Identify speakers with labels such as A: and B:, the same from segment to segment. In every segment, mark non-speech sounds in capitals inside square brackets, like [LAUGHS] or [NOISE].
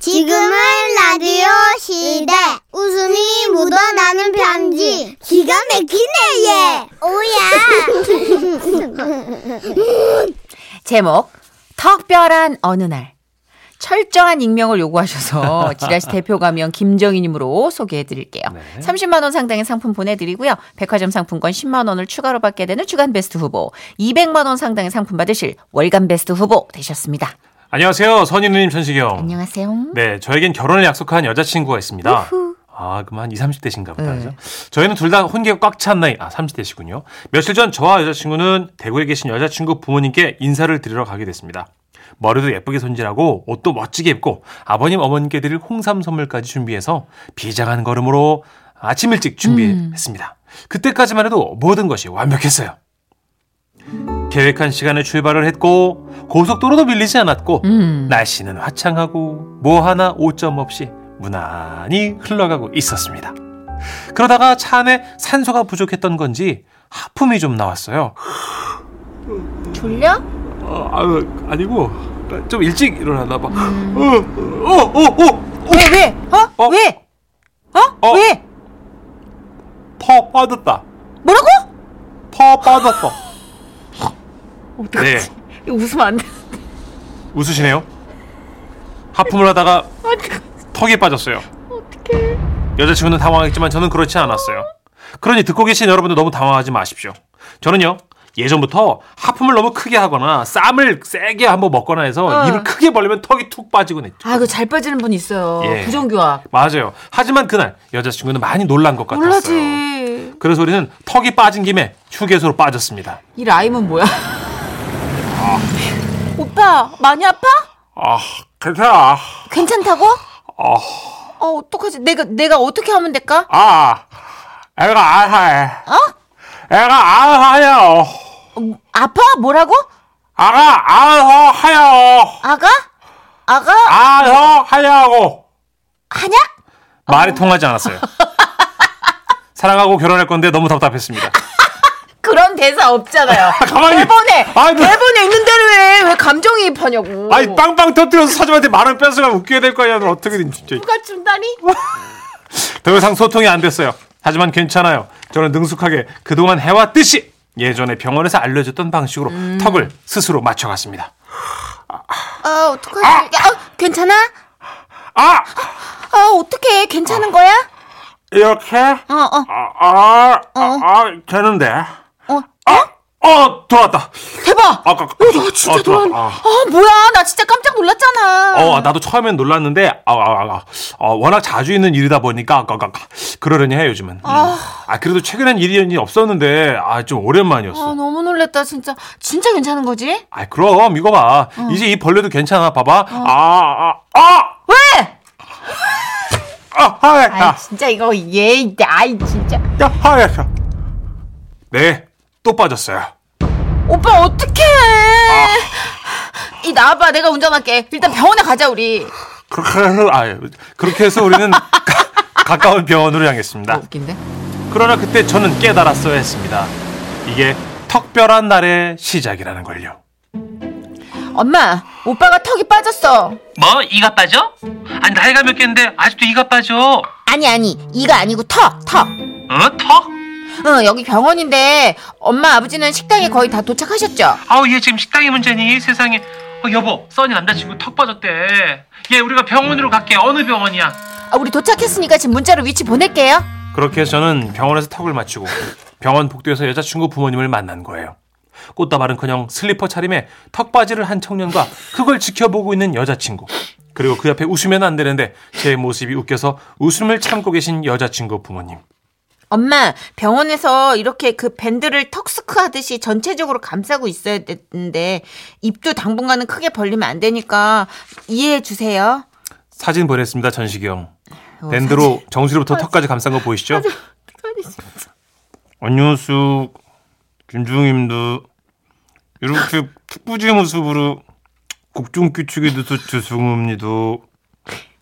A: 지금은 라디오 시대. 웃음이 묻어나는 편지. 기가 막히네, 얘. [LAUGHS] 오야.
B: 제목 특별한 어느 날 철저한 익명을
C: [LAUGHS]
B: 요구하셔서 지라시 대표 가명 김정희님으로 소개해드릴게요.
C: 네.
B: 30만 원 상당의 상품 보내드리고요. 백화점 상품권 10만 원을 추가로 받게 되는 주간 베스트 후보, 200만 원 상당의 상품 받으실 월간 베스트 후보 되셨습니다.
C: 안녕하세요. 선희 누님, 천식형.
B: 안녕하세요.
C: 네, 저에겐 결혼을 약속한 여자친구가 있습니다. 아, 그럼 한 20, 30대신가 보다.
B: 네.
C: 그죠? 저희는 둘 다 혼기가 꽉 찬 나이, 아, 30대시군요. 며칠 전 저와 여자친구는 대구에 계신 여자친구 부모님께 인사를 드리러 가게 됐습니다. 머리도 예쁘게 손질하고 옷도 멋지게 입고 아버님 어머님께 드릴 홍삼 선물까지 준비해서 비장한 걸음으로 아침 일찍 준비했습니다.
B: 음.
C: 그때까지만 해도 모든 것이 완벽했어요. 계획한 시간에 출발을 했고 고속도로도 밀리지 않았고
B: 음.
C: 날씨는 화창하고 뭐 하나 오점 없이 무난히 흘러가고 있었습니다. 그러다가 차 안에 산소가 부족했던 건지 하품이 좀 나왔어요.
B: 졸려?
C: 어, 아유 아니고 좀 일찍 일어났나 봐. 어어어어어파
B: 음. 왜, 왜? 어?
C: 어?
B: 왜? 어?
C: 어?
B: 왜?
C: 빠졌다.
B: 뭐라고?
C: 파
B: [LAUGHS]
C: 빠졌어. 네
B: 어떡하지? 이거 [LAUGHS] 웃으면 안 돼.
C: 웃으시네요. 하품을 하다가 턱이 빠졌어요.
B: 어떡해.
C: 여자친구는 당황했지만 저는 그렇지 않았어요. 그러니 듣고 계신 여러분들 너무 당황하지 마십시오. 저는요. 예전부터 하품을 너무 크게 하거나 쌈을 세게 한번 먹거나 해서
B: 어.
C: 입을 크게 벌리면 턱이 툭 빠지곤 했죠.
B: 아, 이거 잘 빠지는 분 있어요.
C: 예.
B: 부정교합.
C: 맞아요. 하지만 그날 여자친구는 많이 놀란 것 같았어요.
B: 몰라지.
C: 그래서 우리는 턱이 빠진 김에 휴게소로 빠졌습니다.
B: 이 라임은 뭐야? 오빠 많이 아파?
C: 아, 괜찮아.
B: 괜찮다고?
C: 어.
B: 어 어떡하지? 내가 내가 어떻게 하면 될까?
C: 아, 애가 안 하해.
B: 어?
C: 애가 안 하요.
B: 음, 아파? 뭐라고?
C: 아가 안허 하요.
B: 아가? 아가
C: 안허 하야고.
B: 하냐?
C: 말이 통하지 않았어요. 사랑하고 결혼할 건데 너무 답답했습니다.
B: 그런 대사 없잖아요.
C: 가만히-
B: 대본에
C: 아이, 뭐-
B: 대본에 있는 대로 해. 왜 감정이 입하냐고.
C: 아니 빵빵 터뜨려서 사람한테 말을 뺏어가 웃겨야 될 거 아니야. 너 어떻게 된 진짜.
B: 누가 준다니?
C: 더 이상 소통이 안 됐어요. 하지만 괜찮아요. 저는 능숙하게 그동안 해왔듯이 예전에 병원에서 알려줬던 방식으로 턱을 스스로 맞춰갔습니다.
B: 아 어떡하지? 아, 괜찮아?
C: 아
B: 아 어떡해? 괜찮은 거야?
C: 이렇게
B: 어 어.
C: 아아 아, 아, 되는데
B: 어.
C: 아어 돌아왔다.
B: 대박!
C: 아, 아,
B: 나 진짜
C: 아,
B: 돌아.
C: 아.
B: 아, 뭐야? 나 진짜 깜짝 놀랐잖아.
C: 어, 나도 처음엔 놀랐는데, 아, 아, 아, 아, 어, 워낙 자주 있는 일이다 보니까, 아, 아, 아, 그러려니 해, 요즘은. 음.
B: 아.
C: 아, 그래도 최근엔 일이 없었는데, 아, 좀
B: 아,
C: 오랜만이었어.
B: 너무 놀랬다 진짜. 진짜 괜찮은 거지?
C: 아, 그럼, 이거 봐.
B: 어.
C: 이제 이 벌레도 괜찮아, 봐봐. 아, 아, 아!
B: 왜?
C: 아, 하얗다.
B: 아, 진짜 이거 얘, 아이 진짜.
C: 야, 하얗다. 네, 또 빠졌어요.
B: 오빠 어떡해? 아. 이 나와봐, 내가 운전할게. 일단 병원에 가자 우리.
C: 그렇게 해서, 아, 그렇게 해서
D: [LAUGHS]
C: 우리는 가, 가까운 병원으로 향했습니다.
B: 아, 웃긴데?
C: 그러나 그때 저는 깨달았어야 했습니다. 이게 특별한 날의 시작이라는 걸요.
B: 엄마, 오빠가 턱이 빠졌어.
D: 뭐 이가 빠져? 아니 나이가 몇 갠데 아직도 이가 빠져?
B: 아니 아니, 이가 아니고 턱, 턱.
D: 어 턱?
B: 어, 여기 병원인데 엄마 아버지는 식당에 거의 다 도착하셨죠?
D: 아우 얘 지금 식당이 문제니 세상에 어, 여보 써니 남자친구 턱 빠졌대 얘 우리가 병원으로 갈게 어느 병원이야?
B: 아, 우리 도착했으니까 지금 문자로 위치 보낼게요.
C: 그렇게 해서 저는 병원에서 턱을 맞추고 병원 복도에서 여자친구 부모님을 만난 거예요. 꽃다발은커녕 슬리퍼 차림에 턱바지를 한 청년과 그걸 지켜보고 있는 여자친구 그리고 그 옆에 웃으면 안 되는데 제 모습이 웃겨서 웃음을 참고 계신 여자친구 부모님
B: 엄마, 병원에서 이렇게 그 밴드를 턱스크 하듯이 전체적으로 감싸고 있어야 되는데, 입도 당분간은 크게 벌리면 안 되니까, 이해해 주세요.
C: 사진 보냈습니다 전식이 형
B: 어,
C: 밴드로 정수리부터 턱까지 감싼 거 보이시죠? 안녕하세요 김중입니다 이렇게 특부지 모습으로 국중 끼치게 돼서 죄송합니다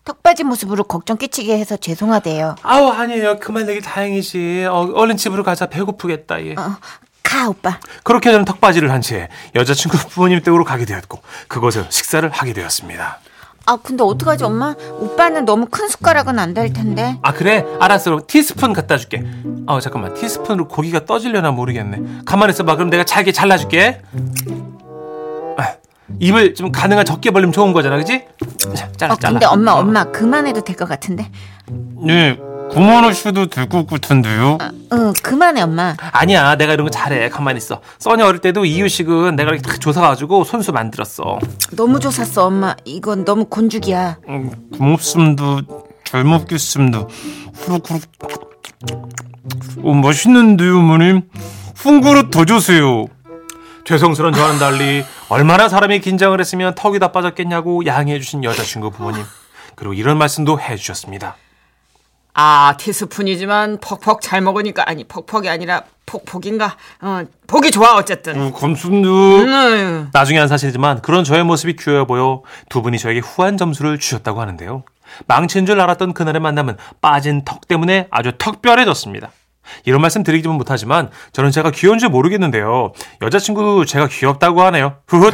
B: 턱 빠진 모습으로 걱정 끼치게 해서 죄송하대요.
C: 아우 아니에요 그만 얘기 다행이지 어, 얼른 집으로 가자 배고프겠다 얘.
B: 어, 가, 오빠.
C: 그렇게 저는 [LAUGHS] 턱바지를 한 채 여자친구 부모님 댁으로 가게 되었고 그곳에서 식사를 하게 되었습니다
B: 아 근데 어떡하지 엄마? 오빠는 너무 큰 숟가락은 안 될 텐데.
C: 아 그래 알았어 티스푼 갖다 줄게 아 잠깐만 티스푼으로 고기가 떠질려나 모르겠네 가만 있어봐 그럼 내가 잘게 잘라줄게 아, 입을 좀 가능한 적게 벌리면 좋은 거잖아 그지 자, 잘라
B: 아 근데 엄마 엄마 그만해도 될 것 같은데.
E: 네, 구만원슈도 될 것 같은데요.
B: 응 그만해 엄마.
C: 아니야 내가 이런 거 잘해 가만 있어 써니 어릴 때도 이유식은 내가 이렇게 다 조사가지고 손수 만들었어
B: 너무 조샀어 엄마. 이건 너무 곤죽이야.
E: 음, 고맙습니다. 잘 먹겠습니다. 후루룩 어, 맛있는데요, 어머님. 한 그릇 더 주세요.
C: 죄송스러운 저와는 달리 얼마나 사람이 긴장을 했으면 턱이 다 빠졌겠냐고 양해해주신 여자친구 부모님 그리고 이런 말씀도 해주셨습니다
B: 아 티스푼이지만 퍽퍽 잘 먹으니까 아니 퍽퍽이 아니라 폭폭인가. 어 보기 좋아 어쨌든.
C: 음,
E: 어, 감사합니다.
B: 음.
C: 나중에 한 사실이지만 그런 저의 모습이 귀여워 보여 두 분이 저에게 후한 점수를 주셨다고 하는데요. 망친 줄 알았던 그날의 만남은 빠진 턱 때문에 아주 턱별해졌습니다. 이런 말씀 드리기는 못하지만 저는 제가 귀여운 줄 모르겠는데요. 여자친구 제가 귀엽다고 하네요. 후훗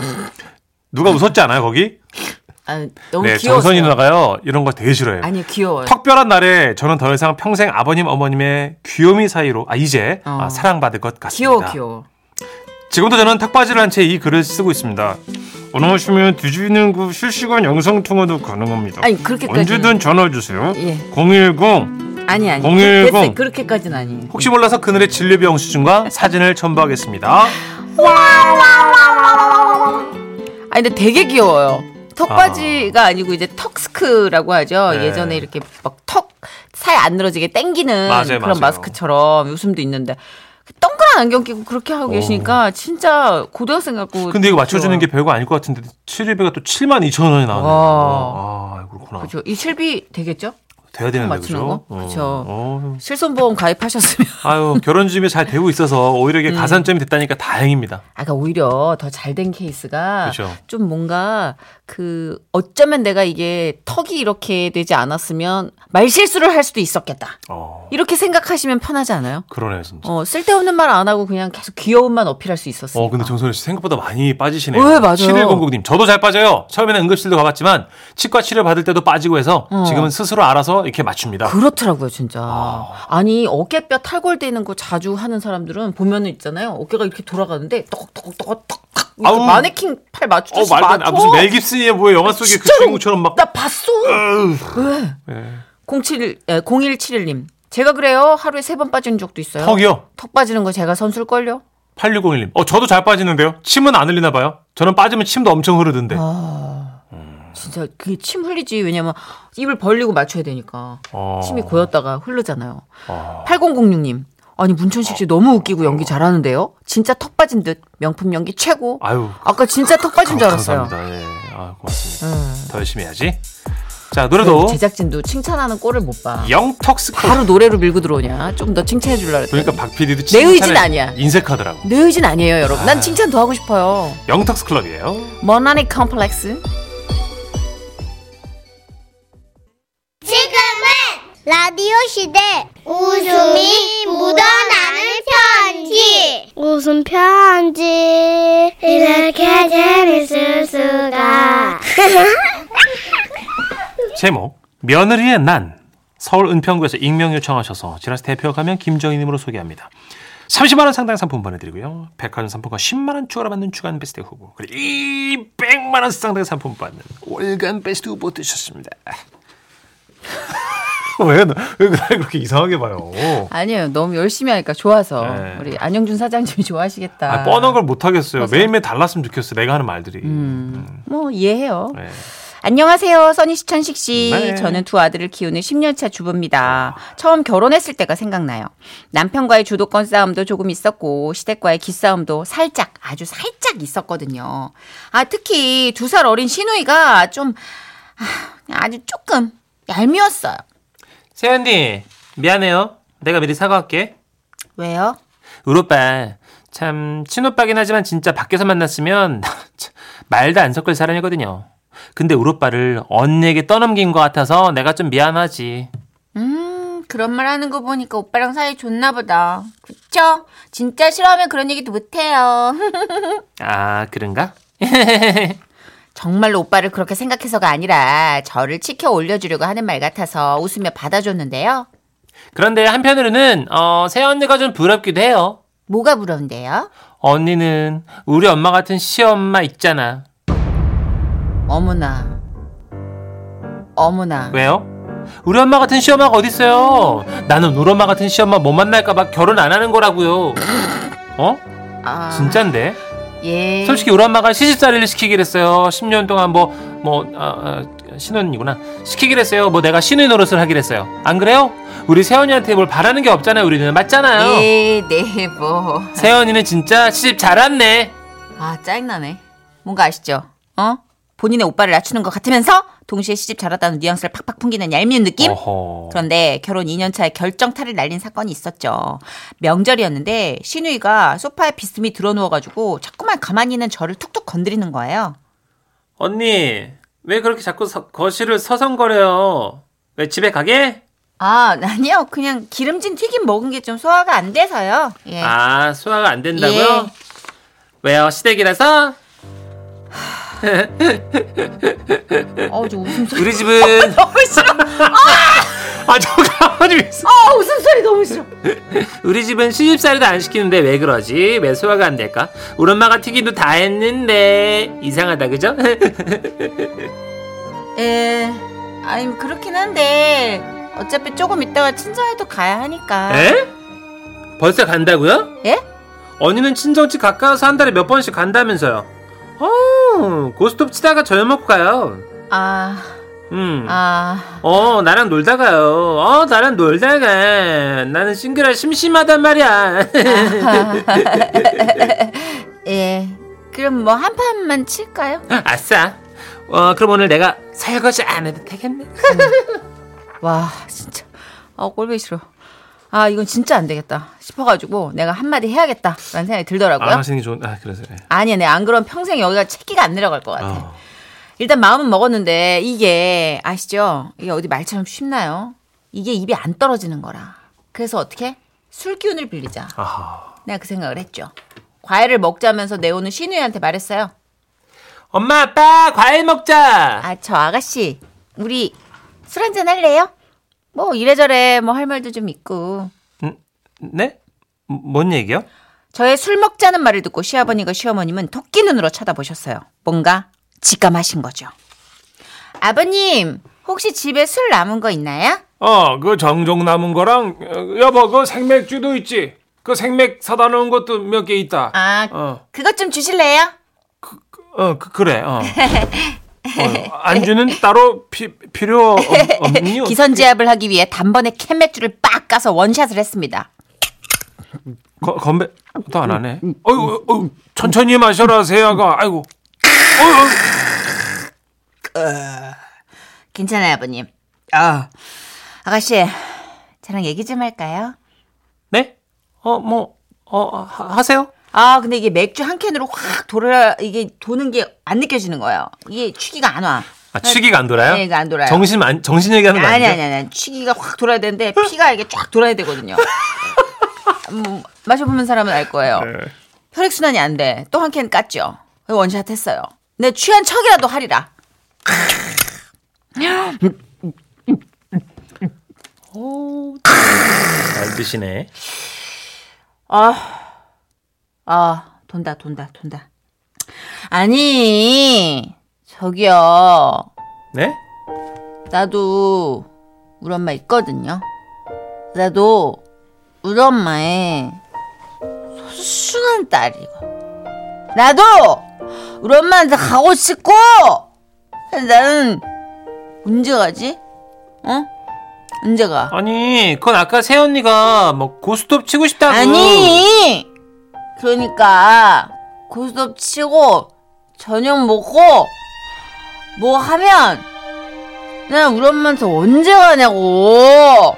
C: 누가 웃었지 않아요 거기?
B: 아, 너무
C: 네,
B: 귀여워.
C: 정선이 누나가요 이런 거 되게 싫어해요.
B: 아니 귀여워요.
C: 턱별한 날에 저는 더 이상 평생 아버님 어머님의 귀요미 사이로 아 이제
B: 어.
C: 아, 사랑받을 것 같습니다.
B: 귀여워 귀여워.
C: 지금도 저는 탁바지를 한 채 이 글을 쓰고 있습니다.
E: 원하시면 뒤지는 그 실시간 영상 통화도 가능합니다.
B: 아니, 그렇게까지는-
E: 언제든 전화 주세요.
B: 예.
E: 010
B: 아니 아니.
E: 010.
B: 됐어요. 그렇게까지는 아니에요.
C: 혹시 몰라서 그늘의 진료비 영수증과 사진을 첨부하겠습니다.
B: 아니 근데 되게 귀여워요. 턱바지가 아. 니고 이제 턱스크라고 하죠.
C: 네.
B: 예전에 이렇게 막 턱 살 안 늘어지게 땡기는
C: 맞아요,
B: 그런
C: 맞아요.
B: 마스크처럼 요즘도 있는데 동그란 안경 끼고 그렇게 하고 계시니까 진짜 고등학생 같고.
C: 어. 근데 이거 맞춰주는
B: 귀여워요.
C: 게 별거 아닐 것 같은데 치료비가 또 7만 2천 원이 나오네요.
B: 그렇죠. 와.
C: 아 그렇구나.
B: 그렇죠. 이 실비 되겠죠?
C: 돼야 되는데
B: 맞추는
C: 그죠?
B: 거?
C: 어,
B: 그쵸.
C: 어.
B: 실손보험 가입하셨으면 [LAUGHS]
C: 아유 결혼 준비 잘 되고 있어서 오히려
B: 음.
C: 이게 가산점이 됐다니까 다행입니다.
B: 아까 오히려 더 잘 된 케이스가
C: 그쵸.
B: 좀 뭔가 그 어쩌면 내가 이게 턱이 이렇게 되지 않았으면 말실수를 할 수도 있었겠다.
C: 어
B: 이렇게 생각하시면 편하지 않아요?
C: 그러네요 진짜. 어,
B: 어, 쓸데없는 말 안 하고 그냥 계속 귀여움만 어필할 수 있었어요.
C: 근데 정선혜 씨 생각보다 많이 빠지시네요.
B: 왜, 어, 맞아요.
C: 7109님 저도 잘 빠져요. 처음에는 응급실도 가봤지만 치과 치료 받을 때도 빠지고 해서 지금은 스스로 알아서 이렇게 맞춥니다.
B: 어. 그렇더라고요, 진짜. 아니, 어깨뼈 탈골되는 거 자주 하는 사람들은 보면은 있잖아요. 어깨가 이렇게 돌아가는데 떡떡떡떡 이렇게
C: 아우.
B: 마네킹 팔
C: 어
B: 맞추듯이
C: 말도 안 돼.
B: 맞춰.
C: 아, 무슨 멜 깁슨이야 뭐야 영화 속의 그
B: 진짜로.
C: 친구처럼 막 예.
B: 나 봤어. 왜? 07 에, 0171님. 제가 그래요. 하루에 세 번 빠지는 적도 있어요.
C: 턱이요.
B: 턱 빠지는 거 제가 선술 걸요.
C: 8601님. 어, 저도 잘 빠지는데요. 침은 안 흘리나 봐요. 저는 빠지면 침도 엄청 흐르던데.
B: 어. 진짜 그게 침 흘리지. 왜냐면 입을 벌리고 맞춰야 되니까.
C: 어.
B: 침이 고였다가 흐르잖아요. 8006님. 아니 문천식 씨 너무 웃기고 연기 잘하는데요. 진짜 턱 빠진 듯 명품 연기 최고.
C: 아유.
B: 까 진짜 턱 빠진 줄
C: 감-
B: 알았어요. 음.
C: 감사합니다. 예. 아, 고맙습니다. 더 열심히 해야지. 자, 노래도
B: 네, 제작진도 칭찬하는 꼴을 못 봐.
C: 영턱스크.
B: 바로 노래로 밀고 들어오냐. 좀 더 칭찬해 줄라 그랬더니
C: 그러니까 박 PD도
B: 내 의지는 아니야.
C: 인색하더라고.
B: 내 의진 아니에요, 여러분. 난 칭찬 더 하고 싶어요.
C: 영턱스 클럽이에요.
B: 머나니 컴플렉스.
A: 지금은 라디오 시대 웃음이 묻어나는 편지 웃음 편지 이렇게 재밌을 수가
C: 제목 며느리의 난. 서울 은평구에서 익명 요청하셔서 지라스 대표 가면 김정희님으로 소개합니다. 30만 원 상당 상품 보내드리고요. 백화점 상품권 10만 원 추가로 받는 주간 베스트 후보 그리고 200만 원 상당 상품 받는 월간 베스트 후보 되셨습니다. [LAUGHS] 왜, 나- 왜 그날 그렇게 이상하게 봐요?
B: 아니에요. 너무 열심히 하니까 좋아서.
C: 네.
B: 우리 안영준 사장님이 좋아하시겠다.
C: 아, 뻔한 걸 못하겠어요. 음. 매일매일 달랐으면 좋겠어. 내가 하는 말들이.
B: 뭐 이해해요.
C: 네.
B: 안녕하세요. 써니 시천식 씨.
C: 네.
B: 저는 두 아들을 키우는 10년차 주부입니다. 처음 결혼했을 때가 생각나요. 남편과의 주도권 싸움도 조금 있었고 시댁과의 기싸움도 살짝 아주 살짝 있었거든요. 아 특히 두 살 어린 시누이가 좀 아, 아주 조금 얄미웠어요.
C: 세연이 미안해요. 내가 미리 사과할게.
B: 왜요?
C: 우리 오빠 참 친오빠긴 하지만 진짜 밖에서 만났으면 [LAUGHS] 참, 말도 안 섞을 사람이거든요. 근데 우리 오빠를 언니에게 떠넘긴 것 같아서 내가 좀 미안하지.
B: 음, 그런 말 하는 거 보니까 오빠랑 사이 좋나 보다. 그쵸? 진짜 싫어하면 그런 얘기도 못해요.
C: 아 그런가?
B: 정말로 오빠를 그렇게 생각해서가 아니라 저를 치켜 올려주려고 하는 말 같아서 웃으며 받아줬는데요.
C: 그런데 한편으로는 어, 새 언니가 좀 부럽기도 해요.
B: 뭐가 부러운데요?
C: 언니는 우리 엄마 같은 시엄마 있잖아.
B: 어머나. 어머나.
C: 왜요? 우리 엄마 같은 시엄마가 어딨어요? 나는 우리 엄마 같은 시엄마 못 만날까봐 결혼 안 하는 거라고요. 어?
B: 아,
C: 진짠데?
B: 예.
C: 솔직히 우리 엄마가 시집살이를 시키기로 했어요. 10년 동안 뭐, 뭐, 아, 아, 신혼이구나. 시키기로 했어요. 뭐 내가 신의 노릇을 하기로 했어요. 안 그래요? 우리 세연이한테 뭘 바라는 게 없잖아요. 우리는. 맞잖아요.
B: 예, 네, 뭐.
C: 세연이는 진짜 시집 잘 왔네.
B: 아, 짜증나네. 뭔가 아시죠? 어? 본인의 오빠를 낮추는 것 같으면서 동시에 시집 잘 왔다는 뉘앙스를 팍팍 풍기는 얄미운 느낌?
F: 어허.
B: 그런데 결혼 2년차에 결정타를 날린 사건이 있었죠. 명절이었는데 신우이가 소파에 비스듬히 드러누워가지고 자꾸만 가만히 있는 저를 툭툭 건드리는 거예요.
C: 언니, 왜 그렇게 자꾸 거실을 서성거려요? 왜 집에 가게?
B: 아, 아니요. 그냥 기름진 튀김 먹은 게 좀 소화가 안 돼서요. 예.
C: 아, 소화가 안
B: 된다고요? 예.
C: 왜요? 시댁이라서?
B: 어우, 저 웃음소리. [LAUGHS]
C: 우리 집은
B: 너무 싫어.
C: 아, 저 가만히 있어.
B: 아, 웃음소리 너무 싫어.
C: 우리 집은 시집살이도 안 시키는데 왜 그러지? 왜 소화가 안 될까? 우리 엄마가 튀기도 다 했는데 이상하다, 그죠?
B: 예. 아니, 그렇긴 한데. 어차피 조금 있다가 친정에도 가야 하니까.
C: 에? 벌써 간다고요?
B: 아. 예?
C: 언니는 친정집 가까워서 한 달에 몇 번씩 간다면서요. 어, 고스톱 치다가 저녁 먹고 가요.
B: 아,
C: 음.
B: 아.
C: 어, 나랑 놀다가요. 어, 나랑 놀다가. 나는 싱글아 심심하단 말이야.
B: 예. 그럼 뭐 한 판만 칠까요?
C: 아싸. 어, 그럼 오늘 내가 설거지 안 해도 되겠네.
B: 와 진짜 아 꼴보기 싫어 아 이건 진짜 안 되겠다 싶어가지고 내가 한마디 해야겠다라는 생각이
F: 안
B: 들더라고요
F: 하시는 게 좋은, 아, 그래서. 예.
B: 아니야 내 안 그러면 평생 여기가 채기가 안 내려갈 것 같아
F: 어.
B: 일단 마음은 먹었는데 이게 아시죠 이게 어디 말처럼 쉽나요 이게 입이 안 떨어지는 거라 그래서 어떻게 술 기운을 빌리자
F: 아하.
B: 내가 그 생각을 했죠 과일을 먹자면서 내오는 신우이한테 말했어요
C: 엄마, 아빠, 과일 먹자.
B: 아 저 아가씨 우리 술 한잔 할래요 뭐 이래저래 뭐 할 말도 좀 있고
C: 네?
F: 뭐,
C: 뭔 얘기요?
B: 저의 술 먹자는 말을 듣고 시아버님과 시어머님은 토끼 눈으로 쳐다보셨어요. 뭔가 직감하신 거죠. 아버님, 혹시 집에 술 남은 거 있나요?
G: 어, 그 정종 남은 거랑 어, 여보 그 생맥주도 있지. 그 생맥 사다 놓은 것도 몇 개 있다.
B: 아,
G: 어,
B: 그것 좀 주실래요?
G: 어, 그, 그래.
C: [LAUGHS]
G: 어. 어, 안주는 따로 피, 필요 없, 없니요?
B: 기선제압을 하기 위해 단번에 캔맥주를 빡 까서 원샷을 했습니다.
G: 거- 건배 또 안
F: 음,
G: 하네. 어이구, 어이구, 천천히 마셔라 세아가. 아이고. 어이구,
B: 괜찮아요, 아버님. 아, 아가씨, 저랑 얘기 좀 할까요?
C: 네? 어, 뭐, 어, 하, 하세요?
B: 아, 근데 이게 맥주 한 캔으로 확 돌아, 이게 도는 게 안 느껴지는 거예요. 이게 취기가 안 와.
F: 아, 취기가 안 돌아요?
B: 네, 이거 안 돌아요.
F: 정신, 안, 정신 얘기하는 거
B: 아니
F: 아니죠?
B: 아니 아니 취기가 확 돌아야 되는데 피가 이게 쫙 돌아야
F: [LAUGHS]
B: 되거든요. 음, 마셔보는 사람은 알 거예요.
F: 네.
B: 혈액 순환이 안 돼. 또 한 캔 깠죠. 원샷 했어요. 내 취한 척이라도 하리라.
C: 잘 드시네.
B: 아, 아 돈다 돈다 돈다. 아니 저기요.
C: 네?
B: 나도 우리 엄마 있거든요. 나도 우리 엄마의 소중한 딸이고, 나도 우리 엄마한테 가고 싶고, 나는 언제 가지? 어? 언제 가?
C: 아니, 그건 아까 세언니가 뭐 고스톱 치고 싶다고.
B: 아니 아, 그러니까 고스톱 치고 저녁 먹고 뭐 하면 나 우리 엄마한테 언제 가냐고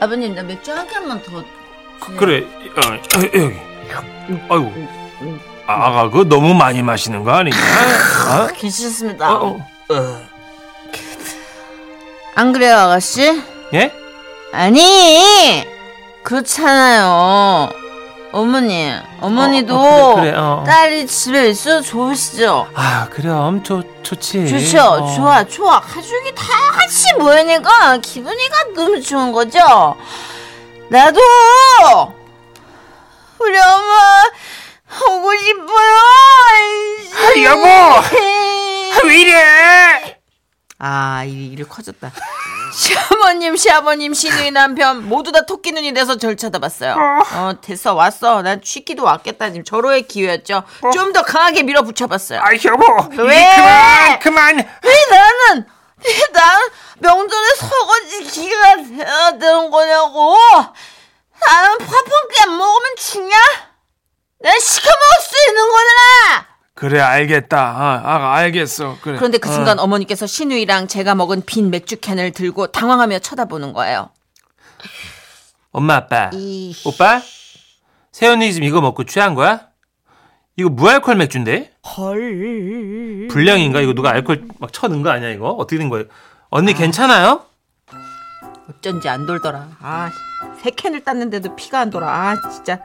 B: 아버님 나 맥주 한 캔만 더 주세요.
G: 그래. 어, 어, 여기. 아이고. 아, 아가 그거 너무 많이 마시는 거 아니냐? 어?
B: 괜찮습니다
C: 어.
B: 안 그래요 아가씨?
C: 예?
B: 아니 그렇잖아요
H: 어머니, 어머니도
C: 어, 그래, 그래, 어, 어.
H: 딸이 집에 있어 좋으시죠?
C: 아 그럼 좋 좋지.
H: 좋죠,
C: 어.
H: 좋아, 좋아. 가족이 다 같이 모이니까 기분이가 너무 좋은 거죠. 나도 우리 엄마 보고 싶어요. 여보, 왜 이래? 아, 이 일이 커졌다. 시어머님, 시아버님, 시누이 남편 모두 다 토끼 눈이 돼서 절 쳐다봤어요. 어, 됐어, 왔어. 난 취기도 왔겠다. 지금 절호의 기회였죠. 좀 더 강하게 밀어붙여봤어요.
I: 아 여보 이제 그만
H: 왜?
I: 그만
H: 왜 나는 왜 나는 명절에 설거지 기가 돼야 되는 거냐고 나는 밥한끼 안 먹으면 죽냐? 난 시켜 먹을 수 있는 거잖아.
I: 그래 알겠다 아, 아 알겠어 그래
H: 그런데 그 순간 어머니께서 신우이랑 제가 먹은 빈 맥주캔을 들고 당황하며 쳐다보는 거예요.
C: 엄마 아빠. 오빠? 세연이 지금 이거 먹고 취한 거야? 이거 뭐 무알콜 맥주인데? 헐. 불량인가? 이거 누가 알콜 막 쳐는 거 아니야 이거? 어떻게 된 거예요? 언니 괜찮아요?
H: 어쩐지 안 돌더라. 아, 세 캔을 땄는데도 피가 안 돌아. 아, 진짜.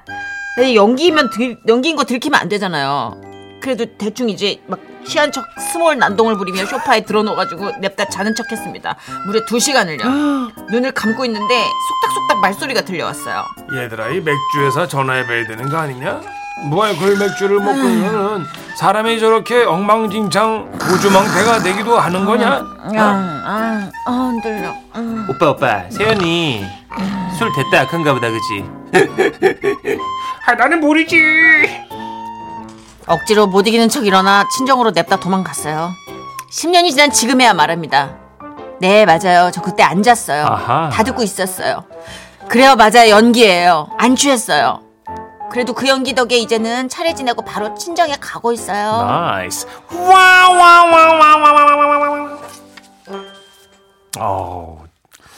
H: 아니, 연기면 들, 연기인 거 들키면 안 되잖아요. 그래도 대충 이제 막 취한 척 스몰 난동을 부리며 소파에 드러누워가지고 냅다 자는 척했습니다. 무려 두 시간을요. 눈을 감고 있는데 속닥속닥 말소리가 들려왔어요.
I: 얘들아 이 맥주 회사 전화해봐야 되는 거 아니냐? 뭐 무알콜 맥주를 먹고
C: 음.
I: 있는 사람이 저렇게 엉망진창 고주망태가 되기도 하는
C: 음.
I: 거냐?
H: 아, 아, 아, 들려.
C: 어? 오빠 오빠. 세연이 술 됐다 약한가 보다 그지?
I: [LAUGHS] 아 나는 모르지
H: 억지로 못 이기는 척 일어나 친정으로 냅다 도망갔어요. 10년이 지난 지금에야 말합니다. 네, 맞아요. 저 그때 안 잤어요.
C: 아하.
H: 다 듣고 있었어요. 그래요, 맞아요. 연기예요. 안 취했어요. 그래도 그 연기 덕에 이제는 차례 지내고 바로 친정에 가고 있어요.
C: 나이스.
I: 와와와와와와와와와와
C: 어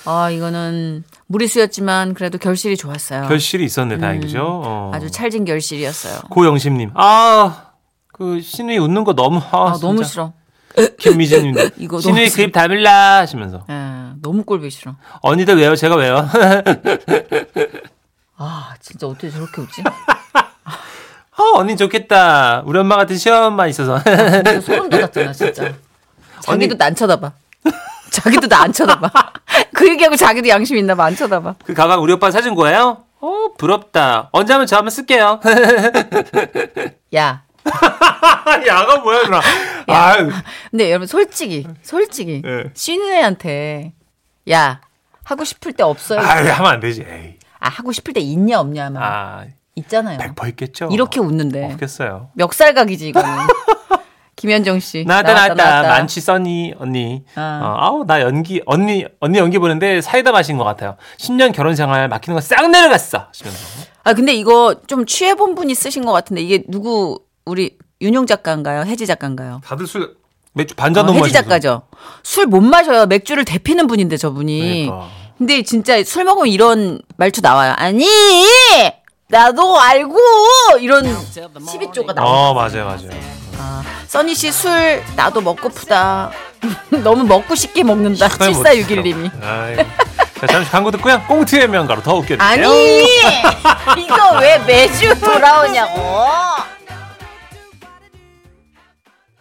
B: 아, 이거는 무리수였지만 그래도 결실이 좋았어요.
C: 결실이 있었네 다행이죠. 어.
B: 아. 음. 아주 찰진 결실이었어요.
C: 고영심님. 아. 그 신우이 웃는 거 너무 아,
B: 아, 너무
C: 진짜.
B: 싫어.
C: 김미진님도
B: [LAUGHS] 이거
C: 신우이
B: 너무 싫어.
C: 그립 다밀라 하시면서
B: 예, 너무 꼴보기 싫어.
C: 언니들 왜요? 제가 왜요? [LAUGHS]
B: 아, 진짜 어떻게 저렇게 웃지?
C: 어, 언니 좋겠다. 우리 엄마 같은 시험만 있어서. [LAUGHS]
B: 진짜 소름 돋았잖아, 진짜. 자기도
C: 언니-
B: 나 안 쳐다봐. 자기도 나 안 쳐다봐. [LAUGHS] 그 얘기하고 자기도 양심 있나 봐. 안 쳐다봐.
C: 그 가방 우리 오빠 사준 거예요? 어, 부럽다. 언제 하면 저 한번 쓸게요. [LAUGHS]
B: 야.
C: 야가 뭐야, 누나.
B: 근데 여러분 솔직히, 솔직히
C: 예.
B: 쉬는 애한테 야, 하고 싶을 때 없어요.
C: 아, 하면 안 되지. 에이.
B: 아, 하고 싶을 때 있냐 없냐 하면
C: 아,
B: 있잖아요.
C: 백퍼 있겠죠? 뭐
B: 이렇게 웃는데.
C: 없겠어요.
B: 멱살각이지
C: [LAUGHS]
B: 이거는. 김현정 씨.
C: 나왔다, 나왔다, 만취 써니, 언니.
B: 아.
C: 아. 우나 연기, 언니, 언니 연기 보는데 사이다 마신 것 같아요. 10년 결혼 생활 막히는 거 싹 내려갔어. 하시면서.
B: 아 근데 이거 좀 취해본 분이 쓰신 것 같은데 이게 누구 우리 윤용 작가인가요? 혜지 작가인가요?
I: 다들 술
C: 맥주 반잔 넘어.
B: 혜지 아, 작가죠. 술 못 마셔요. 맥주를 데피는 분인데 저분이.
C: 그러니까.
B: 근데 진짜 술 먹으면 이런 말투 나와요. 아니 나도 알고 이런 시비조가 나와.
C: 어, 맞아요, 맞아요.
B: 써니 씨 술 나도 먹고 푸다. [LAUGHS] 너무 먹고 싶게 먹는다.
C: 식당에 못
B: 7461님이.
C: 뭐, 아이고. 자, 잠시 광고 듣고요. 꽁트의 명가로 더 웃겨주세요.
B: 아니 이거 왜 매주 돌아오냐고.